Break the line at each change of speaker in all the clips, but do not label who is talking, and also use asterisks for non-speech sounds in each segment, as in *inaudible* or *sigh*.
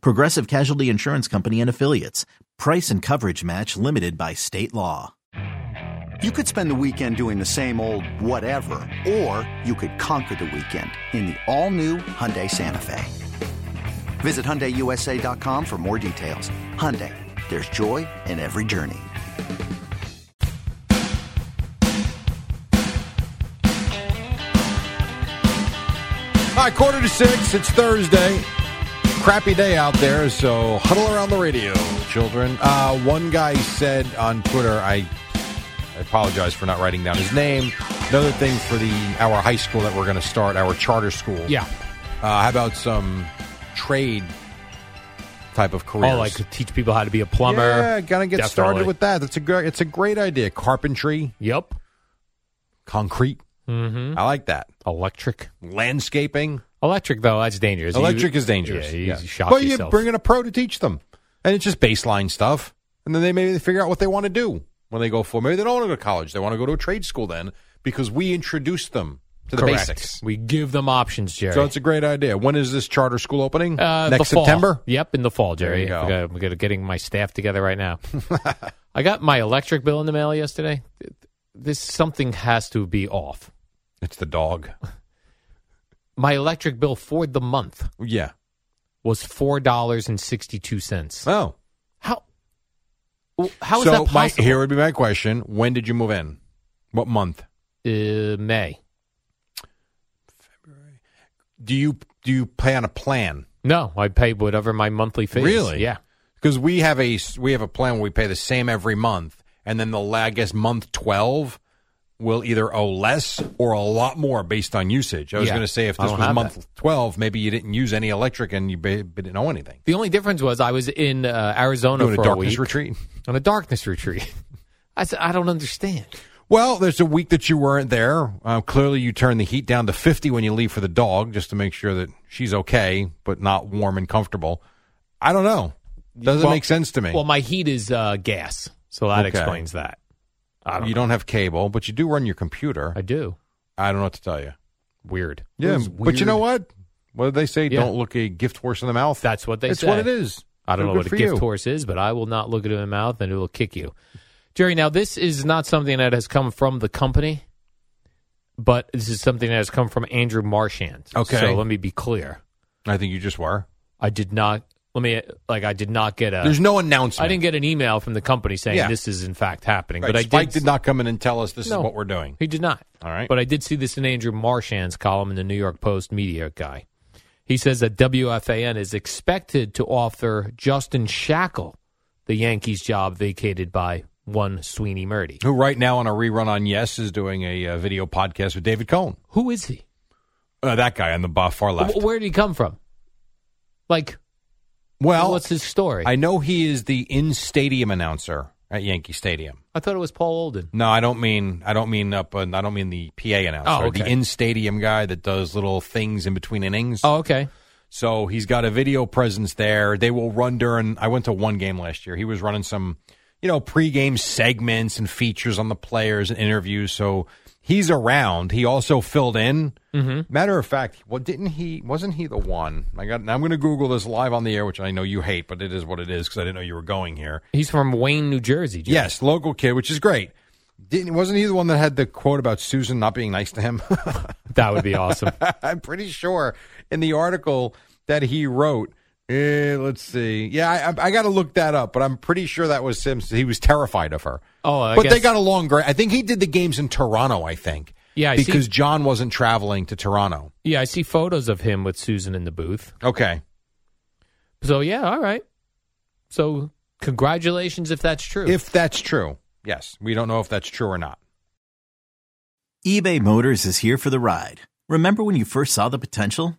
Progressive Casualty Insurance Company and Affiliates. Price and coverage match limited by state law.
You could spend the weekend doing the same old whatever, or you could conquer the weekend in the all-new Hyundai Santa Fe. Visit HyundaiUSA.com for more details. Hyundai, there's joy in every journey.
All right, quarter to six. It's Thursday. Crappy day out there, so huddle around the radio, children. Uh, one guy said on Twitter, I, I apologize for not writing down his name. Another thing for the our high school that we're going to start, our charter school.
Yeah.
Uh, how about some trade type of careers?
Oh, like teach people how to be a plumber.
Yeah, gotta get started
Definitely.
with that. That's a great. It's a great idea. Carpentry,
Yep.
concrete. Mm-hmm. I like that.
Electric.
Landscaping.
Electric though, that's dangerous.
Electric
You-
is dangerous.
Yeah, you
Yeah.
shock
but
yourself.
you bring in a pro to teach them, and it's just baseline stuff, and then they maybe they figure out what they want to do when they go for. Maybe they don't want to go to college; they want to go to a trade school then because we introduced them to the
Correct.
basics.
We give them options, Jerry.
So it's a great idea. When is this charter school opening?
Uh,
Next
the fall.
September.
Yep, in the fall,
There
Jerry.
you go.
We got- we got- getting my staff together
*laughs*
right now. I got my electric bill in the mail yesterday. This something has to be off.
It's the dog.
My electric bill for the month
*laughs* Yeah.
was four dollars and sixty two cents.
Oh,
How? How is
so
that
my,
possible?
here would be my question: When did you move in? What month?
uh, May.
Do you do you pay on a plan?
No, I pay whatever my monthly fee. is.
Really?
Yeah.
Because we have a we have a plan where we pay the same every month, and then the la- I guess month twelve will either owe less or a lot more based on usage. I was
Yeah.
going to say if
I
this
don't
was
have
month twelve, maybe you didn't use any electric and you ba- didn't owe anything.
The only difference was I was in uh, Arizona
Doing
for
a darkness
week
retreat.
on a darkness retreat. *laughs* I said I don't understand.
Well, there's a week that you weren't there. Uh, clearly, you turned the heat down to 50 when you leave for the dog, just to make sure that she's okay, but not warm and comfortable. I don't know. Doesn't
Well-
make sense to me.
Well, my heat is uh, gas, so that
Okay.
explains that. I don't.
you
know.
don't have cable, but you do run your computer.
I do.
I don't know what to tell you.
Weird. It
Yeah,
was
but you know
weird.
what? What did they say?
Yeah.
Don't look a gift horse in the mouth.
That's what they
it's
say.
what it is.
I don't
So
know
good
what a
for
gift
you.
horse is, but I will not look it in the mouth and it will kick you. Jerry, now this is not something that has come from the company, but this is something that has come from Andrew Marchand.
Okay.
So let me be clear.
I think you just were.
I did not. Let me like I did not get a.
There's no announcement.
Uh, I didn't get an email from the company saying
Yeah.
this is in fact happening,
Right,
but I
Spike
did.
did not come in and tell us this
No.
is what we're doing.
He did not.
All right.
But I did see this in Andrew Marshan's column in the New York Post media guy. He says that WFAN is expected to offer Justin Shackle the Yankees job vacated by one Sweeney Murdy.
Who right now on a rerun on Yes is doing a uh, video podcast with David Cohn.
Who is he?
Uh, that guy on the bo- far left.
Wh- Where did he come from? Like,
well,
what's his story?
I know he is the in-stadium announcer at Yankee Stadium.
I thought it was Paul Olden.
No, I don't mean I don't mean up. Uh, I don't mean the PA announcer.
Oh,
The
okay.
in-stadium guy that does little things in between innings.
Oh, okay.
So he's got a video presence there. They will run during. I went to one game last year. He was running some, you know, pregame segments and features on the players and interviews. So he's around. He also filled in. Mm-hmm. Matter of fact, well, didn't he? Wasn't he the one? I got. Now I'm going to Google this live on the air, which I know you hate, but it is what it is because I didn't know you were going here.
He's from Wayne, New Jersey. Jim.
Yes, local kid, which is great. Didn't wasn't he the one that had the quote about Susan not being nice to him? *laughs*
That would be awesome.
I'm pretty sure in the article that he wrote. eh, let's see. Yeah, I, I, I got to look that up, but I'm pretty sure that was Sims. He was terrified of her.
Oh, I
but they
guess-
got along great. I think he did the games in Toronto. I think.
Yeah, I see.
because John wasn't traveling to Toronto.
Yeah, I see photos of him with Susan in the booth.
Okay.
So yeah, all right. So congratulations if that's true.
If that's true, yes, we don't know if that's true or not.
eBay Motors is here for the ride. Remember when you first saw the potential?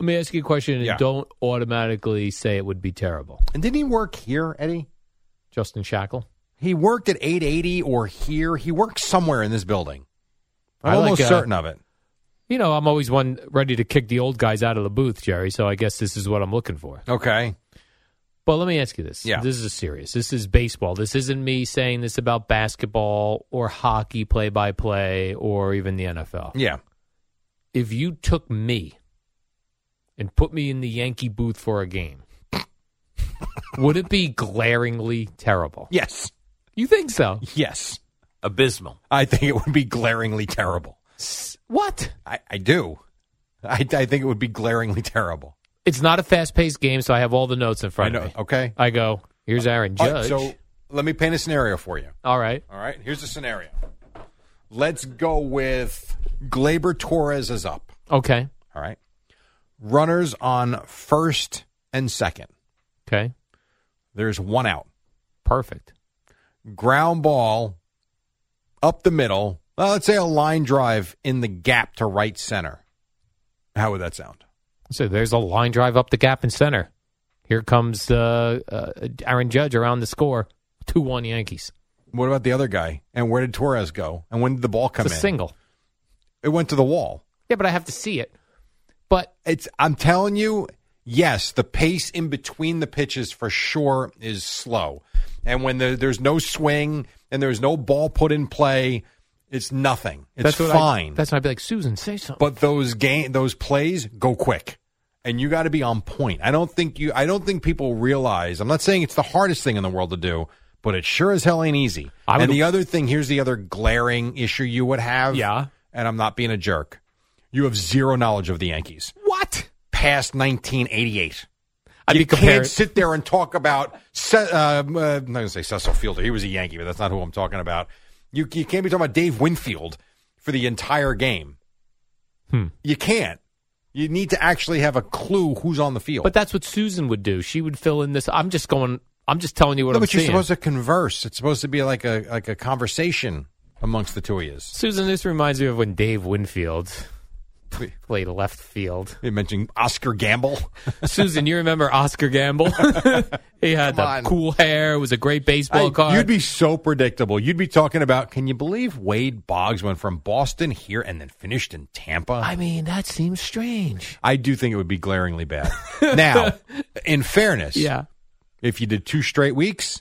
Let me ask you a question, and
Yeah.
don't automatically say it would be terrible.
And didn't he work here, Eddie?
Justin Shackle.
He worked at 880 or here. He worked somewhere in this building. I'm
I like,
almost
uh,
certain of it.
You know, I'm always one ready to kick the old guys out of the booth, Jerry. So I guess this is what I'm looking for.
Okay.
But let me ask you this.
Yeah.
This is serious. This is baseball. This isn't me saying this about basketball or hockey play by play or even the NFL.
Yeah.
If you took me and put me in the Yankee booth for a game, would it be glaringly terrible?
Yes.
You think so?
Yes.
Abysmal.
I think it would be glaringly terrible.
What?
I, I do. I, I think it would be glaringly terrible.
It's not a fast paced game, so I have all the notes in
I
front of
know.
me.
Okay.
I go, here's Aaron
All
Judge.
right, so let me paint a scenario for you.
all right.
All right. Here's the scenario. Let's go with Glaber Torres is up.
Okay.
All right. Runners on first and second.
Okay.
There's one out.
Perfect.
Ground ball up the middle. Well, let's say a line drive in the gap to right center. How would that sound?
So there's a line drive up the gap in center. Here comes uh, uh, Aaron Judge around the score. 2 1 Yankees.
What about the other guy? And where did Torres go? And when did the ball come
It's a
in?
single.
It went to the wall.
Yeah, but I have to see it. But
It's I'm telling you, yes, the pace in between the pitches for sure is slow. And when the, there's no swing and there's no ball put in play, it's nothing. It's
that's what I-
fine.
that's why I'd be like, Susan, say something.
but those game those plays go quick and you got to be on point i don't think you i don't think people realize i'm not saying it's the hardest thing in the world to do but it sure as hell ain't easy
I would-
and the other thing here's the other glaring issue you would have
Yeah.
and i'm not being a jerk you have zero knowledge of the yankees
what?
past 1988
I'd
you
be comparing.
can't sit there and talk about. Ce- uh, I'm not going to say Cecil Fielder. He was a Yankee, but that's not who I'm talking about. You, you can't be talking about Dave Winfield for the entire game.
Hmm.
You can't. You need to actually have a clue who's on the field.
But that's what Susan would do. She would fill in this. I'm just going. I'm just telling you what
no,
I'm
but you're
seeing.
supposed to converse. It's supposed to be like a like a conversation amongst the two of you.
Susan, this reminds me of when Dave Winfield played left field.
You mentioned Oscar
*laughs*
Gamble.
Susan, you remember Oscar Gamble? *laughs* he had the
Come on.
cool hair. Was a great baseball
I-
card.
You'd be so predictable. You'd be talking about. Can you believe Wade Boggs went from Boston here and then finished in Tampa?
I mean, that seems strange.
I do think it would be glaringly bad.
*laughs*
now, in fairness,
Yeah.
if you did two straight weeks,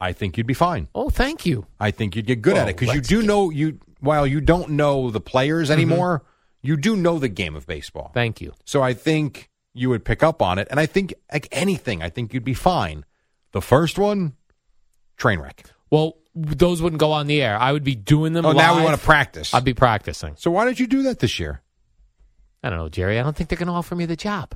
I think you'd be fine.
Oh, thank you.
I think you'd get good at
Well,
it because you
Oh, let's Mm-hmm.
do know you. While you don't know the players anymore, you do know the game of baseball.
Thank you.
So I think you would pick up on it, and I think like anything, I think you'd be fine. The first one, train wreck.
Well, those wouldn't go on the air. I would be doing them.
Oh, now we
live.
want to practice.
I'd be practicing.
so why don't you do that this year?
I don't know, Jerry. I don't think they're going to offer me the job.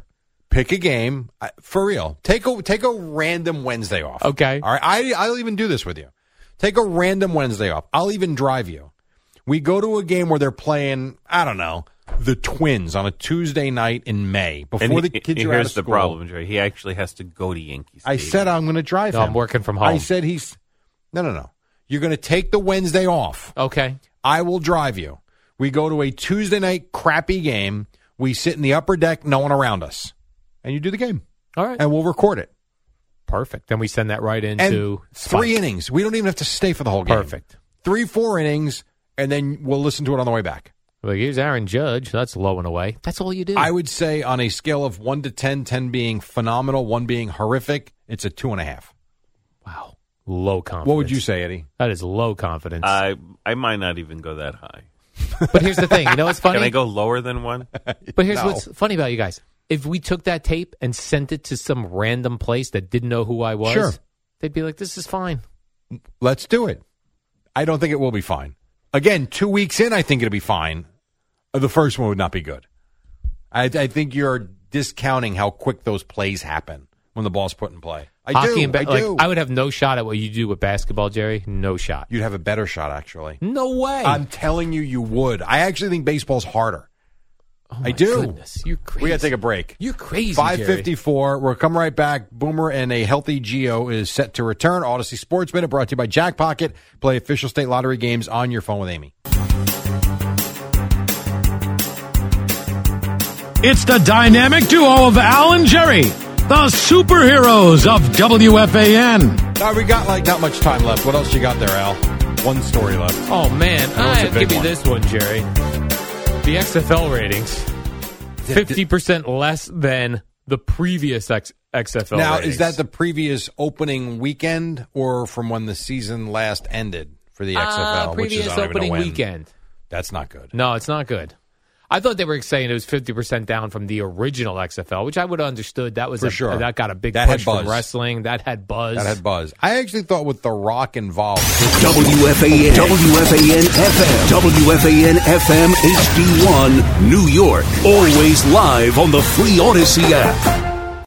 pick a game I- for real. Take a take a random Wednesday off.
Okay.
All right. I I'll even do this with you. Take a random Wednesday off. I'll even drive you. We go to a game where they're playing. I don't know the Twins on a Tuesday night in May before
he-
the kids
he-
are out
here's
of
the
school.
problem, Jerry. He actually has to go to Yankees.
I said I'm going to drive
No,
him.
I'm working from
I
home.
said he's no no no. You're going to take the Wednesday off.
Okay.
I will drive you. We go to a Tuesday night crappy game. We sit in the upper deck, no one around us, and you do the game,
All right.
and we'll record it.
Perfect. Then we send that right
and
into
three
Spike.
innings. We don't even have to stay for the whole game.
Perfect.
Three, four innings, and then we'll listen to it on the way back.
Well, here's Aaron Judge. That's low and away. That's all you do.
I would say on a scale of one to ten, ten being phenomenal, one being horrific, it's a two and a half.
wow. Low confidence.
What would you say, Eddie?
That is low confidence.
I I might not even go that high.
*laughs* but here's the thing. You know what's funny?
*laughs* Can I go lower than one?
But here's what's funny about you guys. If we took that tape and sent it to some random place that didn't know who I was,
Sure.
they'd be like, this is fine.
Let's do it. I don't think it will be fine. Again, two weeks in, I think it'll be fine. Uh, The first one would not be good. I, I think you're discounting how quick those plays happen when the ball's put in play. I
Hockey
do.
and ba-
I
like,
do.
I would have no shot at what you do with basketball, Jerry. No shot.
You'd have a better shot, actually.
No way.
I'm telling you, you would. I actually think baseball's harder.
Oh,
I
my
do.
Goodness. You're crazy.
We got to take a break.
You're crazy.
Five
Jerry.
fifty-four. We're coming right back. Boomer and a healthy Geo is set to return. Odyssey Sports Minute brought to you by Jack Pocket. Play official state lottery games on your phone with Amy.
It's the dynamic duo of Al and Jerry, the superheroes of WFAN.
Now we got like not much time left. What else you got there, Al? One story left.
Oh, man.
was a
I,
big
give me
one.
this one, Jerry. The XFL ratings 50% less than the previous X- XFL
now,
ratings.
is that the previous opening weekend or from when the season last ended for the XFL?
Uh,
which is,
previous
I don't even know
opening
when.
weekend?
That's not good.
No, it's not good. I thought they were saying it was fifty percent down from the original XFL, which I would have understood. That was
For
a,
sure.
That got a big
That had
push from
buzz.
wrestling. That had buzz.
That had buzz. I actually thought with The Rock involved. *laughs*
WFAN, WFAN FM, WFAN FM HD1, New York. Always live on the Free Odyssey app.